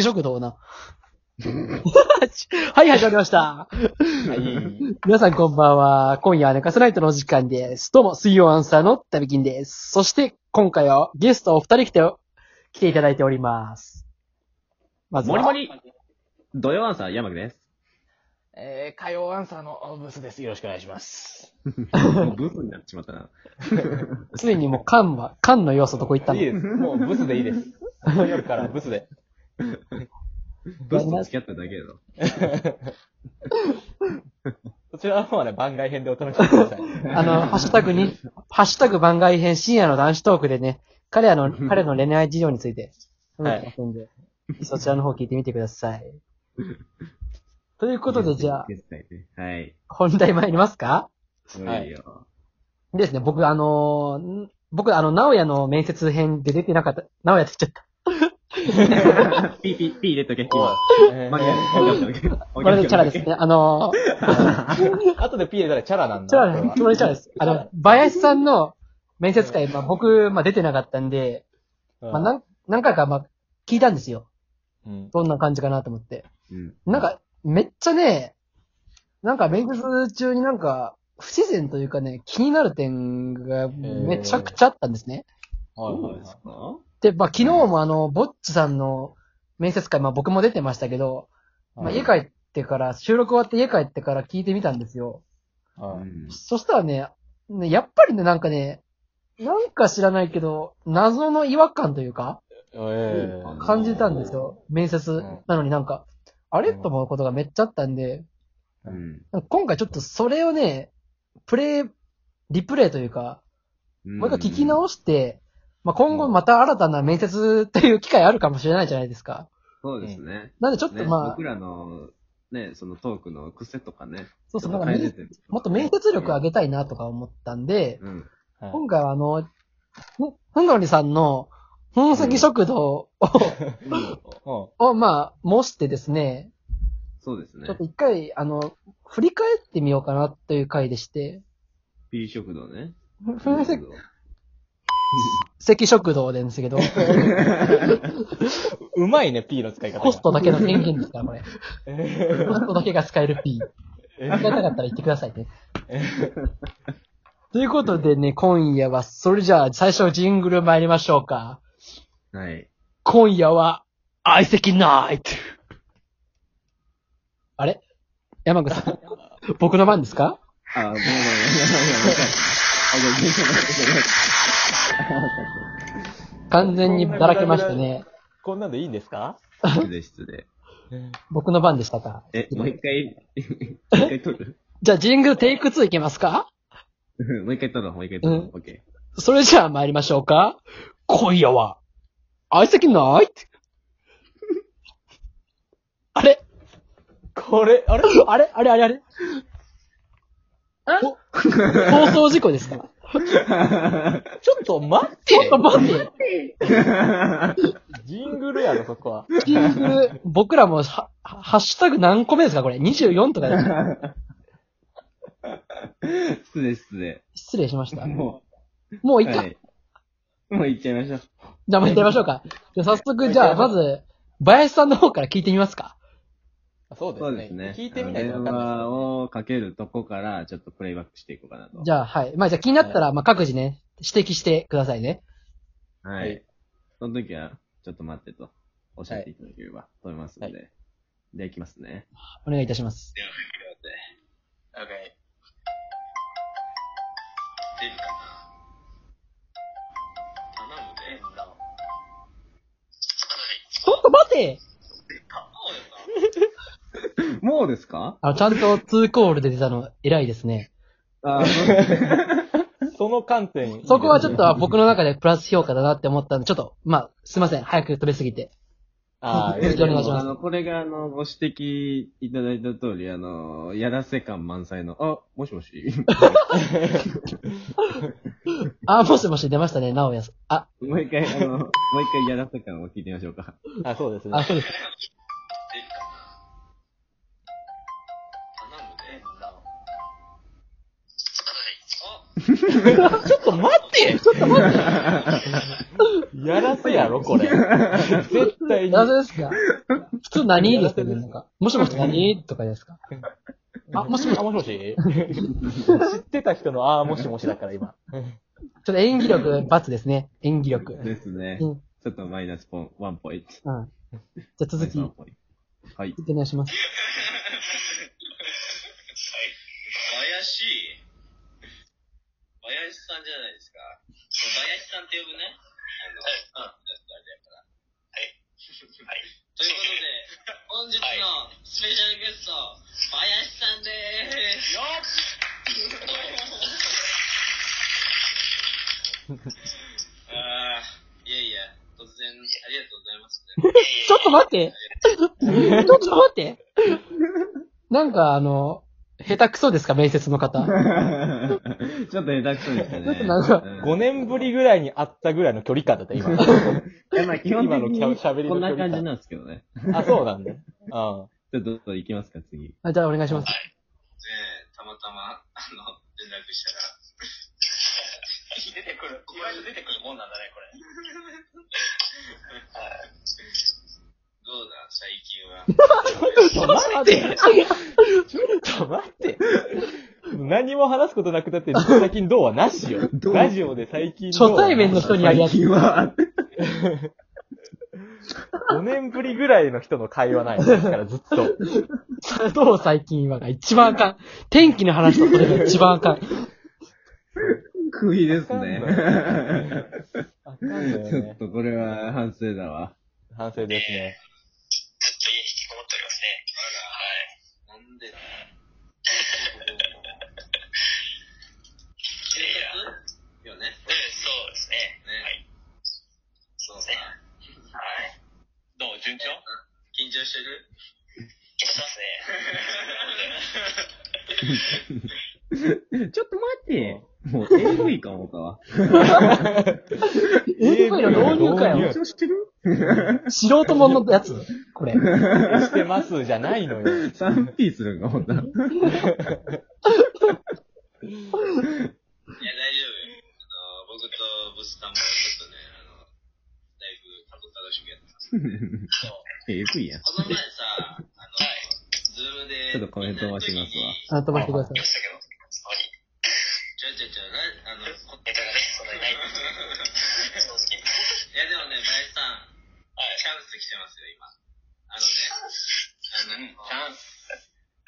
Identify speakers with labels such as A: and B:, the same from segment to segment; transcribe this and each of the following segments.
A: 食堂 な。はい、始まりました。
B: はい。
A: 皆さんこんばんは。今夜は寝かせないとのお時間です。どうも、水曜アンサーの旅金です。そして、今回はゲストお二人来て、来ていただいております。まずは、
B: もりもり、土曜アンサー、山木です。
C: えー、火曜アンサーのブースです。よろしくお願いします。
B: もうブスになってしまったな。
A: すでにもう缶は、缶の要素どこ行った
C: い
A: の
C: いです。もうブスで いいです。夜からブスで。
B: ブスと付き合っただけだぞ。
C: そちらの方はね、番外編でお楽しみ ください。
A: あ の、ハッシュタグに、ハッシュタグ番外編深夜の男子トークでね、彼らの、彼の恋愛事情について、
C: はい
A: 話してますんで、そちらの方聞いてみてくださ い。ということで、じゃあ、
B: 手伝いねはい。
A: 本題参りますか
B: そう
C: はい
B: よ。
A: ですね、僕、あのーん僕、あの、直哉の面接編で出てなかった。直哉って言っちゃっ
B: ピーピー、ピー入れとけ、
C: 今
B: 今。、
C: え
B: マ
C: ー、
B: ギです。
A: た。これでチャラですね。あの ー、
C: 後でピー入れたらチャラなんだ。
A: チャラです。これチャラです。あの、林さんの面接会、まあ僕、まあ出てなかったんで、まあ
C: な、
A: 何何回か、まあ聞いたんですよ。
C: うん。
A: どんな感じかなと思って。
B: うん。
A: なんか、めっちゃね、なんか面接中になんか、不自然というかね、気になる点がめちゃくちゃあったんですね。
C: はい
B: ど
C: は
B: う
C: い
B: ですか
A: で、まあ、昨日もあの、ぼっちさんの面接会、まあ僕も出てましたけど、まあ
C: はい。
A: 家帰ってから、収録終わって家帰ってから聞いてみたんですよ。
C: はい
B: うん
A: そしたらね、ねやっぱりね、なんかね、なんか知らないけど、謎の違和感というか、
C: えー
A: 感じたんですよ。面接
C: ん
A: なのになんか、あれ
C: うん
A: と思うことがめっちゃあったんで、
B: うん。
A: なんか今回ちょっとそれをね、プレイ、リプレイというか、もう一回聞き直
B: し
A: して、まあ今後また新たな面接っていう機会あるかもしれないじゃないですか。
B: そうですね。
A: なんでちょっ
B: ね
A: とまあ、
B: 僕らの、ね、そのトークの癖とかね。
A: そうそう、
B: ち
A: な
B: ょ
A: んか
B: っと
A: め
B: 変
A: ん
B: えれてる
A: もっと面接力上げたいなとか思ったんで、
B: うん。
C: はい
A: 今回はあの、ふふんごりさんの本籍食堂を、
C: うん
A: をまあ、模してですね、
B: そうですね
A: ちょっ。と一回、あの、振り返ってみようかなという回でして、
B: ピー食堂ね。
A: ふ
B: ピー
A: 本
B: 食堂
A: 籍食堂なんです けど、
C: うまいね、P の使い方が。
A: ホストだけの権限ですから、これ。
C: え
A: ホストだけが使える P。考えたかったら言ってくださいね。ということでね、今夜は、それじゃあ最初ジングル参りましょうか。
B: はい。
A: 今夜は、相席ナイト。あれ山口さん、僕の番ですか
B: あ、もう、もう、もう、もう、もう、もう、
A: 完全にばらけましたね。
C: ーこんなんでいいんですか
B: 失礼、失礼。
A: 僕の番でしたか。
B: え、 もう一回、一回撮る
A: じゃあ、ジングルテイク2いけますか
B: うんもう一回撮るもう一回撮る
A: うん
B: オッケー。
A: それじゃあ参りましょうか。今夜は、相席ナイト。あれ
C: これ、あれ
A: あれあれあれあれお放送事故ですか
C: ちょっと待って、
A: ちょっと待って。
C: ジングルやろ、そこは。
A: ジングル、僕らもは、はハッシュタグ何個目ですかこれ。24とかで
B: 失礼、失礼。
A: 失礼しました。
B: も
A: もう
B: う、
A: いっか。
B: はい。もう行っちゃいましょう。
A: じゃあもう行ってみましょうか。じゃあ早速、じゃあまず、林さんの方から聞いてみますか。
C: そうです
B: そう
C: ね
B: で。すね。
C: 聞いてみないとわ
B: 電
C: かんないです
B: 話をかけるとこから、ちょっとプレイバックしていこうかなと。
A: じゃあ、はい。まあじゃあ気になったら、まあ各自ね、指摘してくださいね。
B: は
C: はい
B: い。その時は、ちょっと待ってと、おっしゃっていただければと思いますので。で、行きますね。
A: お願いいたします。
B: Okay. 出るかな頼むね。
A: ちょっと待て
B: もうですか
A: あの、ちゃんと2コールで出たの偉いですね。
B: あー、
C: その観点いいですね。
A: そこはちょっと僕の中でプラス評価だなって思ったんで、ちょっと、まあ、すいません。早く取れすぎて。
C: ああ、
A: よろしくお願いします
B: あの、これが、あの、ご指摘いただいた通り、あの、やらせ感満載の、あ、もしも し
A: あ、もしもし出ましたね、直哉さん。あ、
B: もう一回、あの、もう一回やらせ感を聞いてみましょうか。
C: あ、そうです
A: あ、
C: ね。
A: そうです。
C: ちょっと待ってちょっと待ってやらせやろ、 これ。絶対に。
A: なぜですか普通何ですかねなんか。もしもし何とかですか
C: あ、もし もし。あ、もしもし。知ってた人の、ああ、もしもしだから今。
A: ちょっと演技力、罰ですね。演技力。うん。じ
B: ですね。ちょっとマイナスポン、ワンポイント。
A: ゃあ続き、
B: ワン
A: お
B: ポイントはい。
A: 願いします。
D: 林、林さんじゃないですか。林さんって呼ぶね。はい。うん。はい。はい。ということで、本日のスペシャルゲスト、林さんでーす。よっあー、いやいや、突然ありがとうございますね。
A: ちょっと待 ってちょっと待ってなんかあの、下手くそですか面接の 方。
B: ちょっと下手くそでしたね。
A: ちょっと なんか
B: うん
C: 5年ぶりぐらいに会ったぐらいの距離感だった、今。
B: いやまあ基本
C: 今
B: 的
C: の
B: に
C: キャ喋り
B: こ
C: の
B: んな
C: 距離
B: 感じ
C: 感。
B: なんですけどね。
C: あ、そうなんだ。うん。
B: ちょっと、ちょっと行きますか、次。
A: あじゃあお願いします。
D: ねえ、たまたま、あの、連絡したら。出てくる、意外と出てくるもんなんだね、こ れ。
C: ち
D: どうだ、最近は。
C: ょっと待ってちょっと待って何も話すことなくなって、最近 どうはなしよ。
B: どう
C: ラジオで最近どう
A: 初対面の人にやるや
B: 最
A: つ。
B: 近は、
C: 5年ぶりぐらいの人の会話ないの。だからずっと。
A: どう最近はが一番あかん。天気の話とそれが一番あかん。
B: クビですね。
C: あかんのよ
B: ちょっ
C: ね。
B: とこれは反省だわ。
C: 反省ですね。
D: ずっと家に引きこもっておりますね。あら、はい。なんでだ警察よね。うん、そうですね。はい。そうですね。はい。どう、順調緊張してる緊張してますね。
B: ちょっと待って。もう、エグいかもかわ。
A: 英語の導入かよ
C: 導入。
B: 張してる
A: 素人もんのやつこれ。
C: してますじゃないのよ。
B: ?3P するんか、ほんなら。
D: いや、大丈夫よ。あの、僕とブスさんもちょっとね、あの、だいぶ楽しくやってます。
B: エグいやん。
D: この前さ、あの、ズームで、
B: ちょっとコメント待ちますわ
A: あ、飛ばしてください。
D: したけど、はい。ちょいちょいちょい、ラあの、ネタがね、そんなにない。正直。いや、でもね、林さん、チャンス来てますよ、今。あのね、あの、チャンス。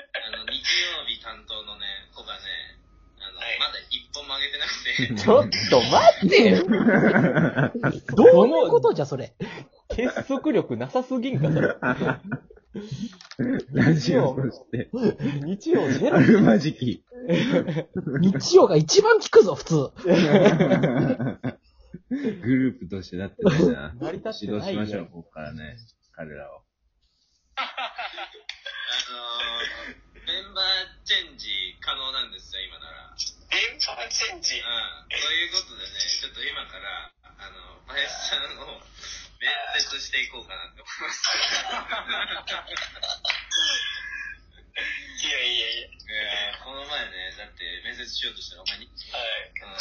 D: あの、日曜日担当のね、子がね、あの、まだ一本も上げてなくて、
C: ちょっと待ってよ
A: どういうことじゃ、それ。
C: 結束力なさすぎんか、それ。
B: ラジオとして、
C: 日曜ゼ
B: あ
C: ロ。
B: るまじ き。
A: 日曜が一番効くぞ、普通。
B: グループとしてだってないな。
C: 成り立って
B: 指導
C: な
B: し
C: い
B: ましょう、
C: よ。
B: ここからね。彼らを。
D: あのー、メンバーチェンジ可能なんですよ、今なら。
E: 電波チェンジ
D: うん。ということでね、ちょっと今から、あの、林さんを面接していこうかなって思います。いやー
E: いやいやいや。
D: この前ね、だって面接しようとしたらお前に。うん。
E: はい。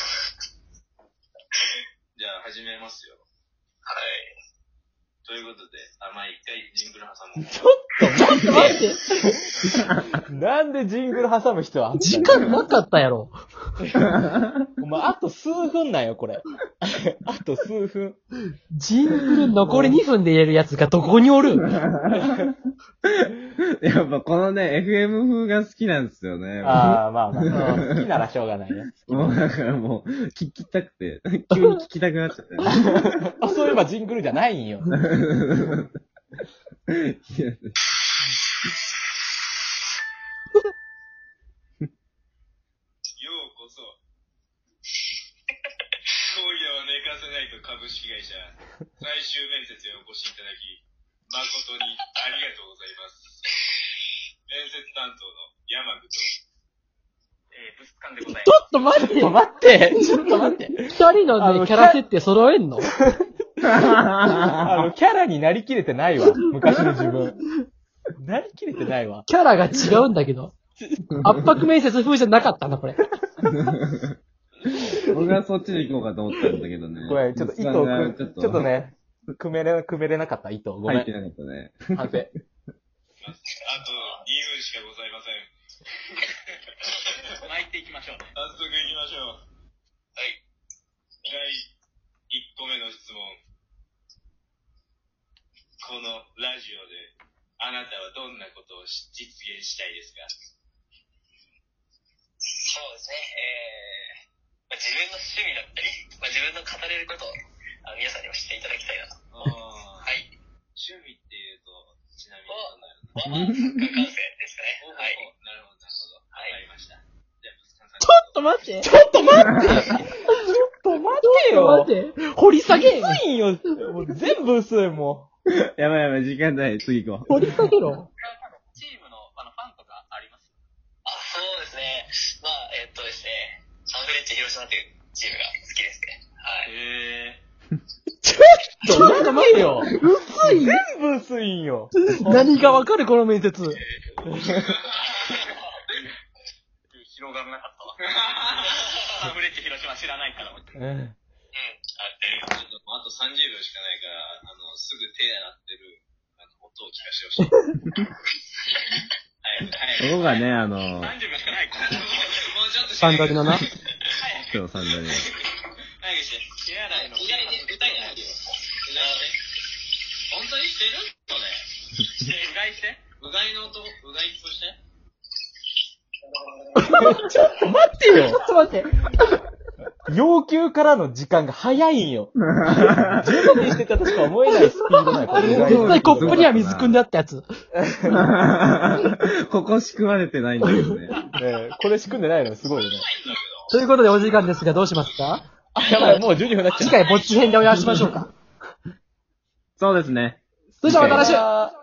D: じゃあ、始めますよ。
E: はい。
D: ということで、あ、まあ、一回ジングル挟も
C: ちょ
D: う。
C: っと待
A: 待って、
C: ってなんでジングル挟む必要あった
A: 時間なかったやろ。
C: お前、あと数分なんよ、これ。 あと数分。
A: ジングル残り2分で入れるやつがどこにおる
B: やっぱこのね、FM 風が好きなんですよね。
C: ああ、まあまあまあ。好きならしょうがないね。
B: もうだからもう、聞きたく て、急に聞きたくなっちゃった、ね。
C: あ、そういえばジングルじゃないんよ。
B: いや
D: ようこそ。今夜は寝かせないと株式会社、最終面接へお越しいただき、誠にありがとうございます。面接担当の山口と、
E: えー、ブスカンでござい
A: ちょ
E: ま
A: っと待っ
C: ちょっ
A: て、
C: と待ってちょっと待って
A: 二人
C: あ
A: のね、
C: の
A: キャラ設定揃えんの
C: あの、キャラになりきれてないわ。昔の自分。なりきれてないわ。
A: キャラが違うんだけど。圧迫面接風じゃなかったな、これ。
B: 僕はそっちで行こうかと思ったんだけどね。
C: ごめん、ちょっと糸をく、ちょっと。ね、組めれ、組めれなかった、糸。ごめ
B: 入って
C: ん。
B: なかったね。
C: 反省。
E: あと2分しかございません。
D: 巻いていきましょう。
E: 早速行きましょう。はい。第1個目の質問。このラジオで、あなたはどんなことをし実現したいですかそうですね。えー、まあ、自分の趣味だったり、まあ、自分の語れることをあ皆さんにも知っていただきたいなと。
D: あー
E: はい。
D: 趣味っていうと、ちなみにどんな
E: まあまあ、サッカー観戦ですかね。はい。
D: なるほど、なるほど。わ
E: はい
D: かりました。じゃあ、ブスカンさん。ちょっと待
C: ちょっと待っ
D: って
C: てちょ
A: 待
C: っと待ってよ
A: って、掘り下げ
C: 薄いよもう全部薄い、も
B: やばいやばい、時間ない。次行こ
A: 掘り下げろ。
D: チームのあのファンとかあります
E: あ、そうですね。まあ、えっとですね、サンフレッチェ広島というチームが好きですね。はい。
D: へえ。
C: う。ちょっと待ってよ
A: 薄い
C: 全部薄いんよ。
A: 何がわかるこの面接。
D: 広がらなか ったわ。サムレッチ広島知らないから。ちょっと、
C: うん。
E: うん。あってる。
D: あと30秒しかないから、あの、すぐ手洗ってる、あの、音を聞かせてほしい。
B: う。こ
D: はい、はい。
B: こがね、あの、
D: 30秒しかないから。もうちょっとし
A: サン
D: ない
A: ダリのな。
B: ちょっと三 段目。
D: 早くして。手洗いの。
E: 左に
D: 手洗いの。うがいして。本当にしてるそれ。うがいして。うがいの音、うがいっとして。
C: 待って
A: ちょ
C: よ
A: っと待って。
C: 要求からの時間が早いんよ。十分にしてたとしか思えないスピードなんこれ
A: 絶対コップには水汲んであったやつ。
B: ここ仕組まれてないんだけどね。
C: ねえこれ仕組んでないのすごいよね。
A: ということでお時間ですがどうしますか
C: あ、やばい、もう12分になっちゃう
A: 次。回ぼっち編でお会いしましょうか。
B: そうですね。
A: それではまた来週
C: 週